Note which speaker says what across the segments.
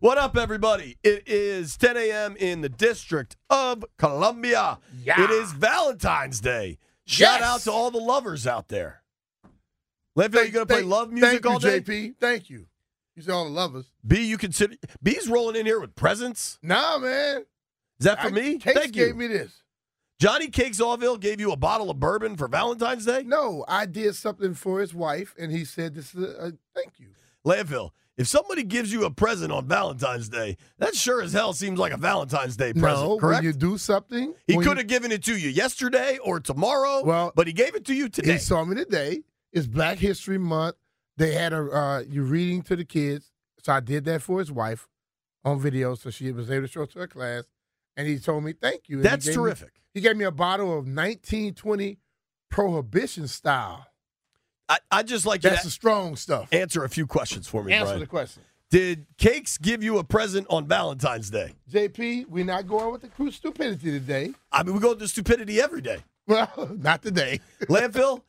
Speaker 1: What up, everybody? It is 10 a.m. in the District of Columbia.
Speaker 2: Yeah.
Speaker 1: It is Valentine's Day. Shout
Speaker 3: Yes.
Speaker 1: out to all the lovers out there. Lefty, are you going to play
Speaker 3: Thank-
Speaker 1: love music
Speaker 3: thank
Speaker 1: all
Speaker 3: you,
Speaker 1: day?
Speaker 3: JP, thank you. You said all the lovers.
Speaker 1: B, you consider B's rolling in here with presents.
Speaker 3: Nah, man.
Speaker 1: Is that for
Speaker 3: I-
Speaker 1: me?
Speaker 3: Case
Speaker 1: Thank
Speaker 3: gave
Speaker 1: you.
Speaker 3: me this.
Speaker 1: Johnny Cakes Allville gave you a bottle of bourbon for Valentine's Day.
Speaker 3: No, I did something for his wife, and he said, "This is a, a thank you."
Speaker 1: Landfill, if somebody gives you a present on Valentine's Day, that sure as hell seems like a Valentine's Day present,
Speaker 3: no,
Speaker 1: correct?
Speaker 3: when you do something,
Speaker 1: he
Speaker 3: when
Speaker 1: could
Speaker 3: you-
Speaker 1: have given it to you yesterday or tomorrow,
Speaker 3: Well,
Speaker 1: but he gave it to you today.
Speaker 3: He saw me today. It's Black History Month. They had a uh, you reading to the kids, so I did that for his wife on video, so she was able to show it to her class. And he told me thank you. and he
Speaker 1: That's
Speaker 3: gave me-
Speaker 1: terrific.
Speaker 3: he gave me a bottle of 1920 Prohibition style.
Speaker 1: I, I just like you
Speaker 3: That's
Speaker 1: to
Speaker 3: the strong stuff.
Speaker 1: answer a few questions for me,
Speaker 3: Answer
Speaker 1: Brian.
Speaker 3: the question.
Speaker 1: Did Cakes give you a present on Valentine's Day?
Speaker 3: JP, we're not going with the crew stupidity today.
Speaker 1: I mean, we go to stupidity every day.
Speaker 3: Well, not today.
Speaker 1: Landfill,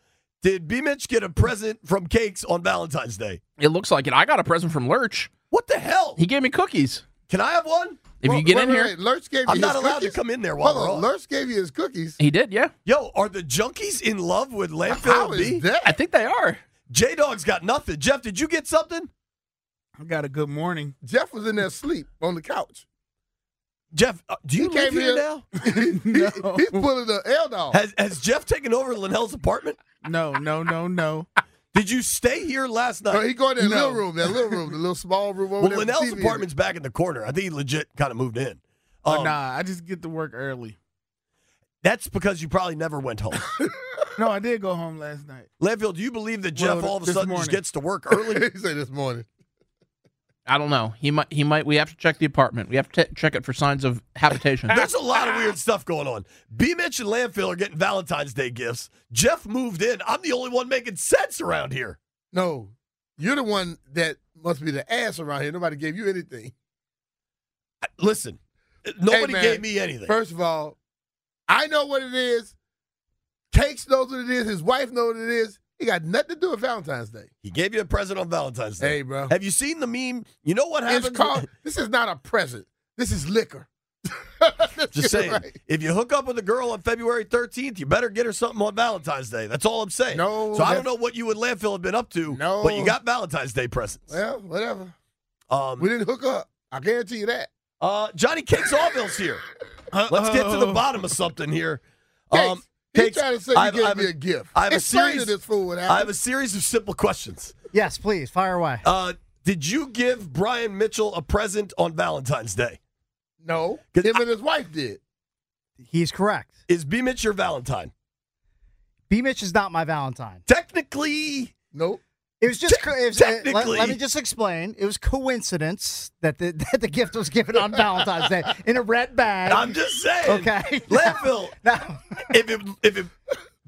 Speaker 1: did B Mitch get a present from Cakes on Valentine's Day?
Speaker 4: It looks like it. I got a present from Lurch.
Speaker 1: What the hell?
Speaker 4: He gave me cookies.
Speaker 1: Can I have one?
Speaker 4: If
Speaker 3: Well,
Speaker 4: you get
Speaker 3: wait,
Speaker 4: in
Speaker 3: wait,
Speaker 4: here,
Speaker 3: wait. Lurch gave you
Speaker 1: I'm
Speaker 3: his
Speaker 1: not allowed to
Speaker 3: cookies.
Speaker 1: come in there while
Speaker 3: Hold on,
Speaker 1: we're on.
Speaker 3: Lurch gave you his cookies.
Speaker 4: he did. Yeah,
Speaker 1: Yo, are the junkies in love with
Speaker 3: How
Speaker 1: Landfill and B?
Speaker 3: is that?
Speaker 4: I think they are.
Speaker 1: J Dog's got nothing. Jeff, did you get something?
Speaker 5: I got a good morning.
Speaker 3: Jeff was in there asleep on the couch.
Speaker 1: Jeff, uh, do you
Speaker 3: He
Speaker 1: live
Speaker 3: came
Speaker 1: here
Speaker 3: here- Oh.
Speaker 1: now?
Speaker 3: He- He's pulling the L dog.
Speaker 1: Has, has Jeff taken over Linnell's apartment?
Speaker 5: No, no, no, no.
Speaker 1: Did you stay here last night?
Speaker 3: No, he going in that
Speaker 5: No.
Speaker 3: little room, that little room, the little small room over
Speaker 1: Well,
Speaker 3: there. with
Speaker 1: Linnell's
Speaker 3: TV in it.
Speaker 1: apartment's back in the corner. I think he legit kind of moved in.
Speaker 5: Oh,
Speaker 1: Um,
Speaker 5: nah, I just get to work early.
Speaker 1: That's because you probably never went home.
Speaker 5: No, I did go home last night.
Speaker 1: Landfill, do you believe that Jeff
Speaker 5: Well,
Speaker 1: all of a
Speaker 5: this
Speaker 1: sudden just
Speaker 5: morning.
Speaker 1: gets to work early?
Speaker 3: he said this morning.
Speaker 4: I don't know. He might. He might. We have to check the apartment. We have to t- check it for signs of habitation.
Speaker 1: There's a lot of weird stuff going on. B Mitch and Landfill are getting Valentine's Day gifts. Jeff moved in. I'm the only one making sense around here.
Speaker 3: No, you're the one that must be the ass around here. Nobody gave you anything.
Speaker 1: I- Listen, nobody
Speaker 3: man.
Speaker 1: gave me anything.
Speaker 3: First of all, I know what it is. Cakes knows what it is. His wife knows what it is. He got nothing to do with Valentine's Day.
Speaker 1: He gave you a present on Valentine's Day.
Speaker 3: Hey, bro.
Speaker 1: Have you seen the meme? You know what
Speaker 3: It's
Speaker 1: happens?
Speaker 3: called, this is not a present. This is liquor.
Speaker 1: Just
Speaker 3: Let's get it
Speaker 1: saying.
Speaker 3: right.
Speaker 1: If you hook up with a girl on February 13th, you better get her something on Valentine's Day. That's all I'm saying.
Speaker 3: No,
Speaker 1: So I don't
Speaker 3: that's-
Speaker 1: know what you and Landfill have been up to,
Speaker 3: No.
Speaker 1: but you got Valentine's Day presents.
Speaker 3: Well, whatever. We
Speaker 1: um,
Speaker 3: didn't hook up. I guarantee you that.
Speaker 1: uh, Johnny Cakes Allville's here. Let's get to the bottom of something here.
Speaker 3: Cakes,
Speaker 1: Um,
Speaker 3: he
Speaker 1: Cakes,
Speaker 3: tried to say
Speaker 1: I
Speaker 3: you
Speaker 1: have- I
Speaker 3: gave
Speaker 1: have
Speaker 3: me
Speaker 1: a-
Speaker 3: a gift.
Speaker 1: I have a
Speaker 3: Explain
Speaker 1: series-
Speaker 3: to this fool what
Speaker 1: I have a
Speaker 3: happened.
Speaker 1: series of simple questions.
Speaker 6: Yes, please fire away.
Speaker 1: Uh, did you give Brian Mitchell a present on Valentine's Day?
Speaker 3: No,
Speaker 1: 'Cause
Speaker 3: him
Speaker 1: I-
Speaker 3: and his wife did.
Speaker 6: He's correct.
Speaker 1: Is B Mitch your Valentine?
Speaker 6: B Mitch is not my Valentine.
Speaker 1: Technically,
Speaker 3: Nope.
Speaker 6: It was just
Speaker 1: Te-
Speaker 6: co- it was, uh, let- let,
Speaker 1: technically.
Speaker 6: me just explain. It was coincidence that the that the gift was given on Valentine's Day in a red bag.
Speaker 1: I'm just saying.
Speaker 6: Okay.
Speaker 1: Landfill,
Speaker 6: now,
Speaker 1: if it if it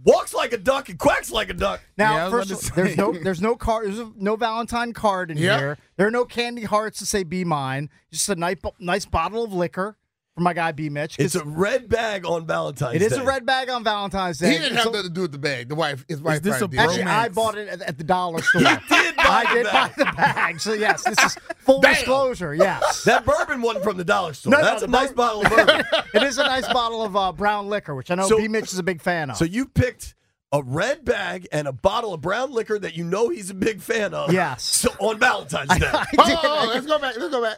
Speaker 1: walks like a duck and quacks like a duck,
Speaker 6: now
Speaker 5: Yeah, I was
Speaker 6: first,
Speaker 5: about
Speaker 6: of-
Speaker 5: to
Speaker 6: there's
Speaker 5: say.
Speaker 6: no there's no card there's no Valentine card in
Speaker 3: Yeah.
Speaker 6: here. There are no candy hearts to say "Be mine." Just a nice bo- nice bottle of liquor for my guy B Mitch.
Speaker 1: it's a red bag on Valentine's
Speaker 6: It is
Speaker 1: Day.
Speaker 6: a red bag on Valentine's
Speaker 3: He
Speaker 6: Day.
Speaker 3: didn't
Speaker 6: It's
Speaker 3: have
Speaker 6: a-
Speaker 3: nothing to do with the bag. The wife, his wife
Speaker 5: this
Speaker 3: probably
Speaker 5: a
Speaker 3: did.
Speaker 6: Actually, I
Speaker 5: romance.
Speaker 6: bought it at, at the dollar store.
Speaker 1: did buy
Speaker 6: I
Speaker 1: the
Speaker 6: did
Speaker 1: bag.
Speaker 6: buy the bag. So yes, this is full disclosure. Yes,
Speaker 1: That bourbon wasn't from the dollar store.
Speaker 6: No, no,
Speaker 1: That's
Speaker 6: the
Speaker 1: a nice bottle of bourbon.
Speaker 6: it is a nice bottle of uh, brown liquor, which I know
Speaker 1: So-
Speaker 6: B. Mitch is a big fan of.
Speaker 1: so you picked a red bag and a bottle of brown liquor that you know he's a big fan of.
Speaker 6: Yes.
Speaker 1: So on Valentine's
Speaker 6: I,
Speaker 1: Day.
Speaker 6: I
Speaker 3: Hold
Speaker 6: did.
Speaker 1: Oh,
Speaker 3: on, hold on, let's go back. Let's go back.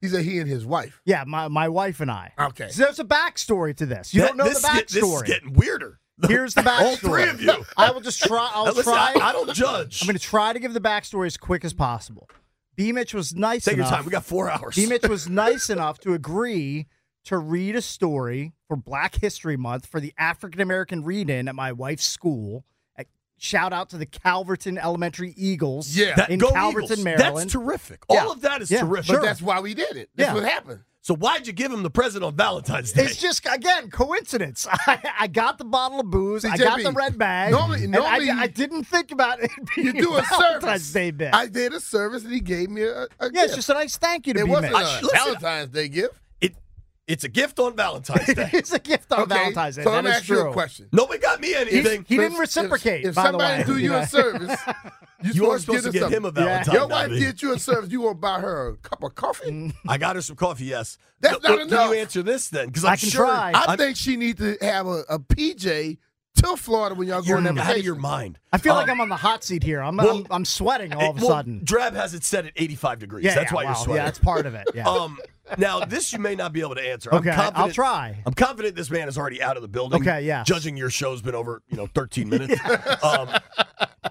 Speaker 3: He said he and his wife.
Speaker 6: Yeah, my, my wife and I.
Speaker 3: Okay.
Speaker 6: So there's a backstory to this. You
Speaker 1: That-
Speaker 6: don't know
Speaker 1: this
Speaker 6: the
Speaker 1: is get- this is
Speaker 6: backstory.
Speaker 1: getting weirder.
Speaker 6: Here's the backstory.
Speaker 1: All three of you.
Speaker 6: I will just try. I'll
Speaker 1: Now, listen,
Speaker 6: try.
Speaker 1: I, I don't judge.
Speaker 6: I'm going to try to give the backstory as quick as possible. B Mitch was nice
Speaker 1: Take your
Speaker 6: enough.
Speaker 1: time. We got four hours.
Speaker 6: B Mitch was nice enough to agree to read a story for Black History Month for the African American read in at my wife's school. At- Shout out to the Calverton Elementary Eagles
Speaker 3: Yeah.
Speaker 1: That-
Speaker 6: in
Speaker 1: go
Speaker 6: Calverton,
Speaker 1: Eagles.
Speaker 6: Maryland.
Speaker 1: That's terrific.
Speaker 6: Yeah.
Speaker 1: All of that is
Speaker 6: Yeah,
Speaker 1: terrific.
Speaker 6: sure.
Speaker 3: But that's why we did it. That's
Speaker 6: Yeah.
Speaker 3: what happened.
Speaker 1: So why'd you give him the present on Valentine's Day?
Speaker 6: It's just again coincidence. I, I got the bottle of booze. I got
Speaker 3: JB,
Speaker 6: the red bag.
Speaker 3: normally-
Speaker 6: and I-
Speaker 3: normally
Speaker 6: I,
Speaker 3: you-
Speaker 6: didn't think about it.
Speaker 3: You
Speaker 6: being
Speaker 3: do a
Speaker 6: Valentine's
Speaker 3: service.
Speaker 6: Day bit.
Speaker 3: I did a service and he gave me a, a
Speaker 6: yeah, it's
Speaker 3: gift.
Speaker 6: just a nice thank you to
Speaker 3: it
Speaker 6: be
Speaker 3: wasn't
Speaker 1: I-
Speaker 6: Mitch.
Speaker 3: a
Speaker 1: listen,
Speaker 3: Valentine's Day gift.
Speaker 1: It- it's a gift on Valentine's Day.
Speaker 6: it's a gift on
Speaker 3: okay.
Speaker 6: Valentine's Day.
Speaker 3: So
Speaker 6: that
Speaker 3: I'm
Speaker 6: is
Speaker 3: asking
Speaker 6: true.
Speaker 3: you a question.
Speaker 1: Nobody got me
Speaker 6: He,
Speaker 1: anything.
Speaker 6: he
Speaker 3: So
Speaker 6: didn't
Speaker 3: if-
Speaker 6: reciprocate.
Speaker 3: If, if
Speaker 6: by
Speaker 3: somebody
Speaker 6: the way,
Speaker 3: do you a
Speaker 6: know.
Speaker 3: service, you
Speaker 1: you are supposed to
Speaker 3: give
Speaker 1: give him a
Speaker 6: Yeah.
Speaker 1: Valentine.
Speaker 3: Your wife
Speaker 1: Bobby.
Speaker 3: did you a service. You won't buy her a cup of
Speaker 6: Mm.
Speaker 3: coffee.
Speaker 1: I got her some coffee. Yes.
Speaker 3: That's not
Speaker 1: Can
Speaker 3: enough.
Speaker 1: you answer this then? Because
Speaker 6: I
Speaker 1: I'm
Speaker 6: can
Speaker 1: sure
Speaker 6: try.
Speaker 3: I
Speaker 1: I'm-
Speaker 3: think she needs to have a, a PJ to Florida when y'all go
Speaker 1: you're
Speaker 3: on that
Speaker 1: out of your
Speaker 3: vacation.
Speaker 1: mind.
Speaker 6: I feel like
Speaker 1: Um,
Speaker 6: I'm on the hot seat here. I'm
Speaker 1: well,
Speaker 6: I'm, I'm sweating all of a
Speaker 1: it- well,
Speaker 6: sudden.
Speaker 1: Drab has it set at 85 degrees.
Speaker 6: yeah,
Speaker 1: that's
Speaker 6: yeah,
Speaker 1: why you're
Speaker 6: wow.
Speaker 1: sweating.
Speaker 6: Yeah, that's part of it. Yeah.
Speaker 1: um, now this you may not be able to answer.
Speaker 6: Okay,
Speaker 1: I'm
Speaker 6: I'll
Speaker 1: confident,
Speaker 6: try.
Speaker 1: I'm confident this man is already out of the building.
Speaker 6: Okay, yes.
Speaker 1: Judging your show's been over, you know, 13 minutes. um,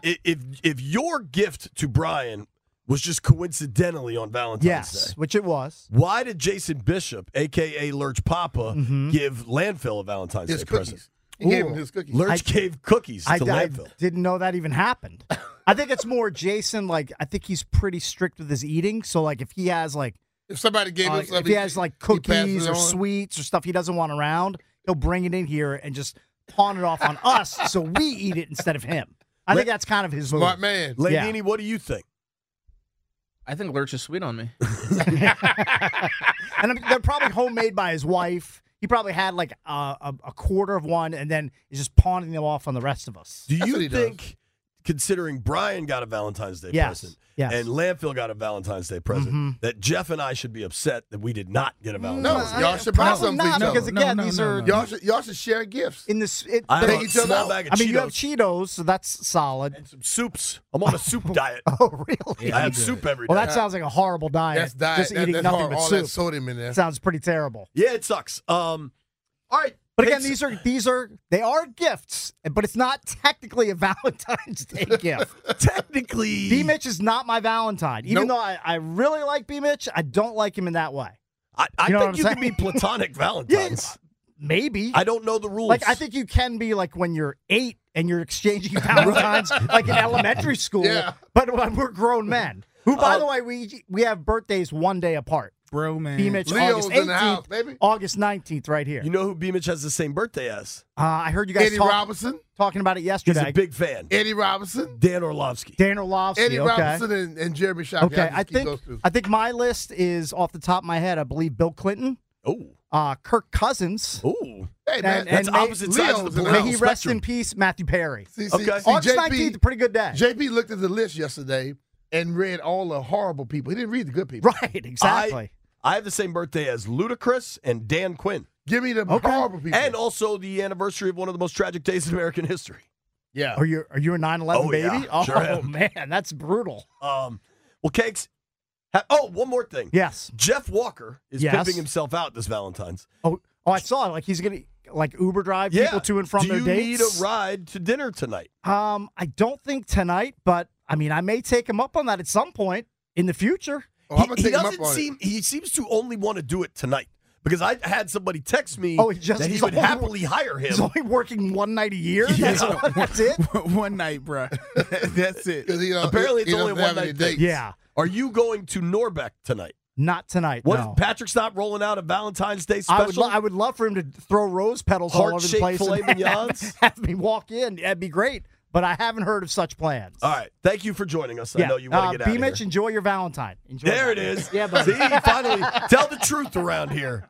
Speaker 1: i- if if your gift to Brian was just coincidentally on Valentine's
Speaker 6: yes,
Speaker 1: Day,
Speaker 6: which it was.
Speaker 1: why did Jason Bishop, aka Lurch Papa,
Speaker 6: Mm-hmm.
Speaker 1: give landfill a Valentine's
Speaker 3: His
Speaker 1: Day present?
Speaker 3: cookies. He gave him his cookies.
Speaker 1: Lurch
Speaker 6: I-
Speaker 1: gave cookies
Speaker 6: I,
Speaker 1: to
Speaker 6: I
Speaker 1: landfill.
Speaker 6: didn't know that even happened. I think it's more Jason. Like I think he's pretty strict with his eating. So like if he has like
Speaker 3: If somebody gave
Speaker 6: uh,
Speaker 3: him something,
Speaker 6: if he has like
Speaker 3: he passes
Speaker 6: cookies
Speaker 3: it
Speaker 6: or
Speaker 3: on.
Speaker 6: sweets or stuff he doesn't want around, he'll bring it in here and just pawn it off on us so we eat it instead of him. I think that's kind of his move.
Speaker 3: Smart man.
Speaker 6: yeah.
Speaker 1: Ladini, what do you think?
Speaker 4: I think Lurch is sweet on me.
Speaker 6: and I'm- they're probably homemade by his wife. He probably had like a, a, a quarter of one, and then is just pawning them off on the rest of us.
Speaker 1: Do
Speaker 3: That's what
Speaker 1: you
Speaker 3: he does.
Speaker 1: think, considering Brian got a Valentine's Day
Speaker 6: Yes,
Speaker 1: present
Speaker 6: yes.
Speaker 1: and
Speaker 6: Mm-hmm.
Speaker 1: Landfill got a Valentine's Day present, that Jeff and I should be upset that we did not get a
Speaker 3: No,
Speaker 1: Valentine's Day?
Speaker 3: y'all should buy
Speaker 6: Probably
Speaker 3: something for
Speaker 6: not,
Speaker 3: each other.
Speaker 6: because again,
Speaker 5: No, no,
Speaker 6: these
Speaker 5: no,
Speaker 6: are
Speaker 5: no, no.
Speaker 3: y'all, should, y'all should share gifts.
Speaker 6: in this. It,
Speaker 1: I have
Speaker 6: they're-
Speaker 1: a
Speaker 3: each other
Speaker 1: small
Speaker 3: out.
Speaker 1: bag of
Speaker 6: I mean,
Speaker 1: Cheetos
Speaker 6: you have Cheetos, so that's solid.
Speaker 1: and some soups. I'm on a soup diet.
Speaker 6: Oh, really?
Speaker 1: I have soup every day.
Speaker 6: Well, that sounds like a horrible diet.
Speaker 3: That's diet.
Speaker 6: Just
Speaker 3: that-
Speaker 6: eating
Speaker 3: that's
Speaker 6: nothing
Speaker 3: hard.
Speaker 6: but
Speaker 3: all
Speaker 6: soup
Speaker 3: that sodium in there.
Speaker 6: sounds pretty terrible.
Speaker 1: yeah, it sucks. Um, all right,
Speaker 6: But again,
Speaker 1: Thanks.
Speaker 6: these are these are they are gifts, but it's not technically a Valentine's Day gift.
Speaker 1: technically,
Speaker 6: B Mitch is not my Valentine,
Speaker 3: Nope.
Speaker 6: even though I, I really like B Mitch. I don't like him in that way.
Speaker 1: I, I
Speaker 6: you know what
Speaker 1: think
Speaker 6: I'm
Speaker 1: you can be
Speaker 6: saying?
Speaker 1: platonic Valentines.
Speaker 6: Maybe
Speaker 1: I don't know the rules.
Speaker 6: Like I think you can be like when you're eight and you're exchanging valentines like in elementary school.
Speaker 3: Yeah. Uh,
Speaker 6: But when we're grown men, who by the way we we have birthdays one day apart.
Speaker 5: Bro, man.
Speaker 6: B Mitch
Speaker 3: Mm. Leo's
Speaker 6: August
Speaker 3: in the house,
Speaker 6: eighteenth,
Speaker 3: baby.
Speaker 6: August nineteenth, right here.
Speaker 1: you know who Beamich has the same birthday as.
Speaker 6: uh, I heard you guys
Speaker 3: Eddie
Speaker 6: talk,
Speaker 3: Robinson.
Speaker 6: talking about it
Speaker 1: He's
Speaker 6: yesterday.
Speaker 1: a big fan.
Speaker 3: Eddie Robinson.
Speaker 1: Dan Orlovsky.
Speaker 6: Dan Orlovsky.
Speaker 3: Eddie
Speaker 6: okay.
Speaker 3: Robinson and, and Jeremy Shockey.
Speaker 6: Okay,
Speaker 3: I'll just
Speaker 6: I
Speaker 3: keep those two.
Speaker 6: think I think my list is off the top of my head. I believe Bill Clinton,
Speaker 1: Oh,
Speaker 6: uh, Kirk Cousins,
Speaker 1: oh,
Speaker 3: Hey man,
Speaker 6: and,
Speaker 1: that's
Speaker 6: and may-
Speaker 1: opposite sides of the
Speaker 3: Leo's
Speaker 1: political
Speaker 3: in the
Speaker 6: may
Speaker 3: house.
Speaker 6: he
Speaker 1: spectrum.
Speaker 6: rest in peace, Matthew Perry.
Speaker 3: See, see,
Speaker 1: Okay.
Speaker 3: see,
Speaker 6: August nineteenth,
Speaker 3: JP,
Speaker 6: pretty good day.
Speaker 3: JP looked at the list yesterday and read all the horrible people. He didn't read the good people.
Speaker 6: right, exactly.
Speaker 1: I have the same birthday as Ludacris and Dan Quinn.
Speaker 3: Give me the
Speaker 6: Okay.
Speaker 3: horrible people.
Speaker 1: And also the anniversary of one of the most tragic days in American history.
Speaker 3: yeah.
Speaker 6: Are you are you a 9/11
Speaker 1: Oh,
Speaker 6: baby?
Speaker 1: yeah.
Speaker 6: oh
Speaker 1: Sure am.
Speaker 6: man, that's brutal.
Speaker 1: Um, well, cakes. Ha- oh, one more thing.
Speaker 6: Yes.
Speaker 1: Jeff Walker is
Speaker 6: Yes.
Speaker 1: pimping himself out this Valentine's.
Speaker 6: Oh, oh, I saw it. Like he's gonna like Uber drive people to and from
Speaker 1: Do
Speaker 6: their
Speaker 1: you
Speaker 6: dates.
Speaker 1: need a ride to dinner tonight?
Speaker 6: um, I don't think tonight, but I mean, I may take him up on that at some point in the future.
Speaker 3: Oh, I'm
Speaker 1: he,
Speaker 3: gonna
Speaker 1: he
Speaker 3: take him up
Speaker 1: doesn't
Speaker 3: on it.
Speaker 1: seem. He seems to only want to do it tonight because I had somebody text me
Speaker 6: Oh, he just-
Speaker 1: that he
Speaker 6: he's
Speaker 1: would
Speaker 6: all-
Speaker 1: happily hire him.
Speaker 6: He's only working one night a year. That's, all- that's it.
Speaker 5: One night, bro. That's it.
Speaker 3: 'Cause he don't-
Speaker 1: Apparently
Speaker 3: he-
Speaker 1: it's
Speaker 3: he
Speaker 1: only
Speaker 3: doesn't
Speaker 1: one
Speaker 3: have any
Speaker 1: night thing.
Speaker 3: dates.
Speaker 6: Yeah,
Speaker 1: Are you going to Norbeck tonight?
Speaker 6: not tonight.
Speaker 1: What
Speaker 6: no.
Speaker 1: if Patrick's not rolling out a Valentine's Day special?
Speaker 6: I would, lo- I would love for him to throw rose petals all over the
Speaker 1: Heart-shaped
Speaker 6: place
Speaker 1: filet
Speaker 6: and have,
Speaker 1: mignons?
Speaker 6: have me walk in. That'd be great. But I haven't heard of such plans.
Speaker 1: All right. Thank you for joining us. I know you
Speaker 6: Uh,
Speaker 1: want to get out
Speaker 6: B.
Speaker 1: of
Speaker 6: Mitch,
Speaker 1: here.
Speaker 6: enjoy your Valentine. Enjoy
Speaker 1: There it
Speaker 6: that.
Speaker 1: is.
Speaker 6: Yeah, but
Speaker 1: See, finally, tell the truth around here.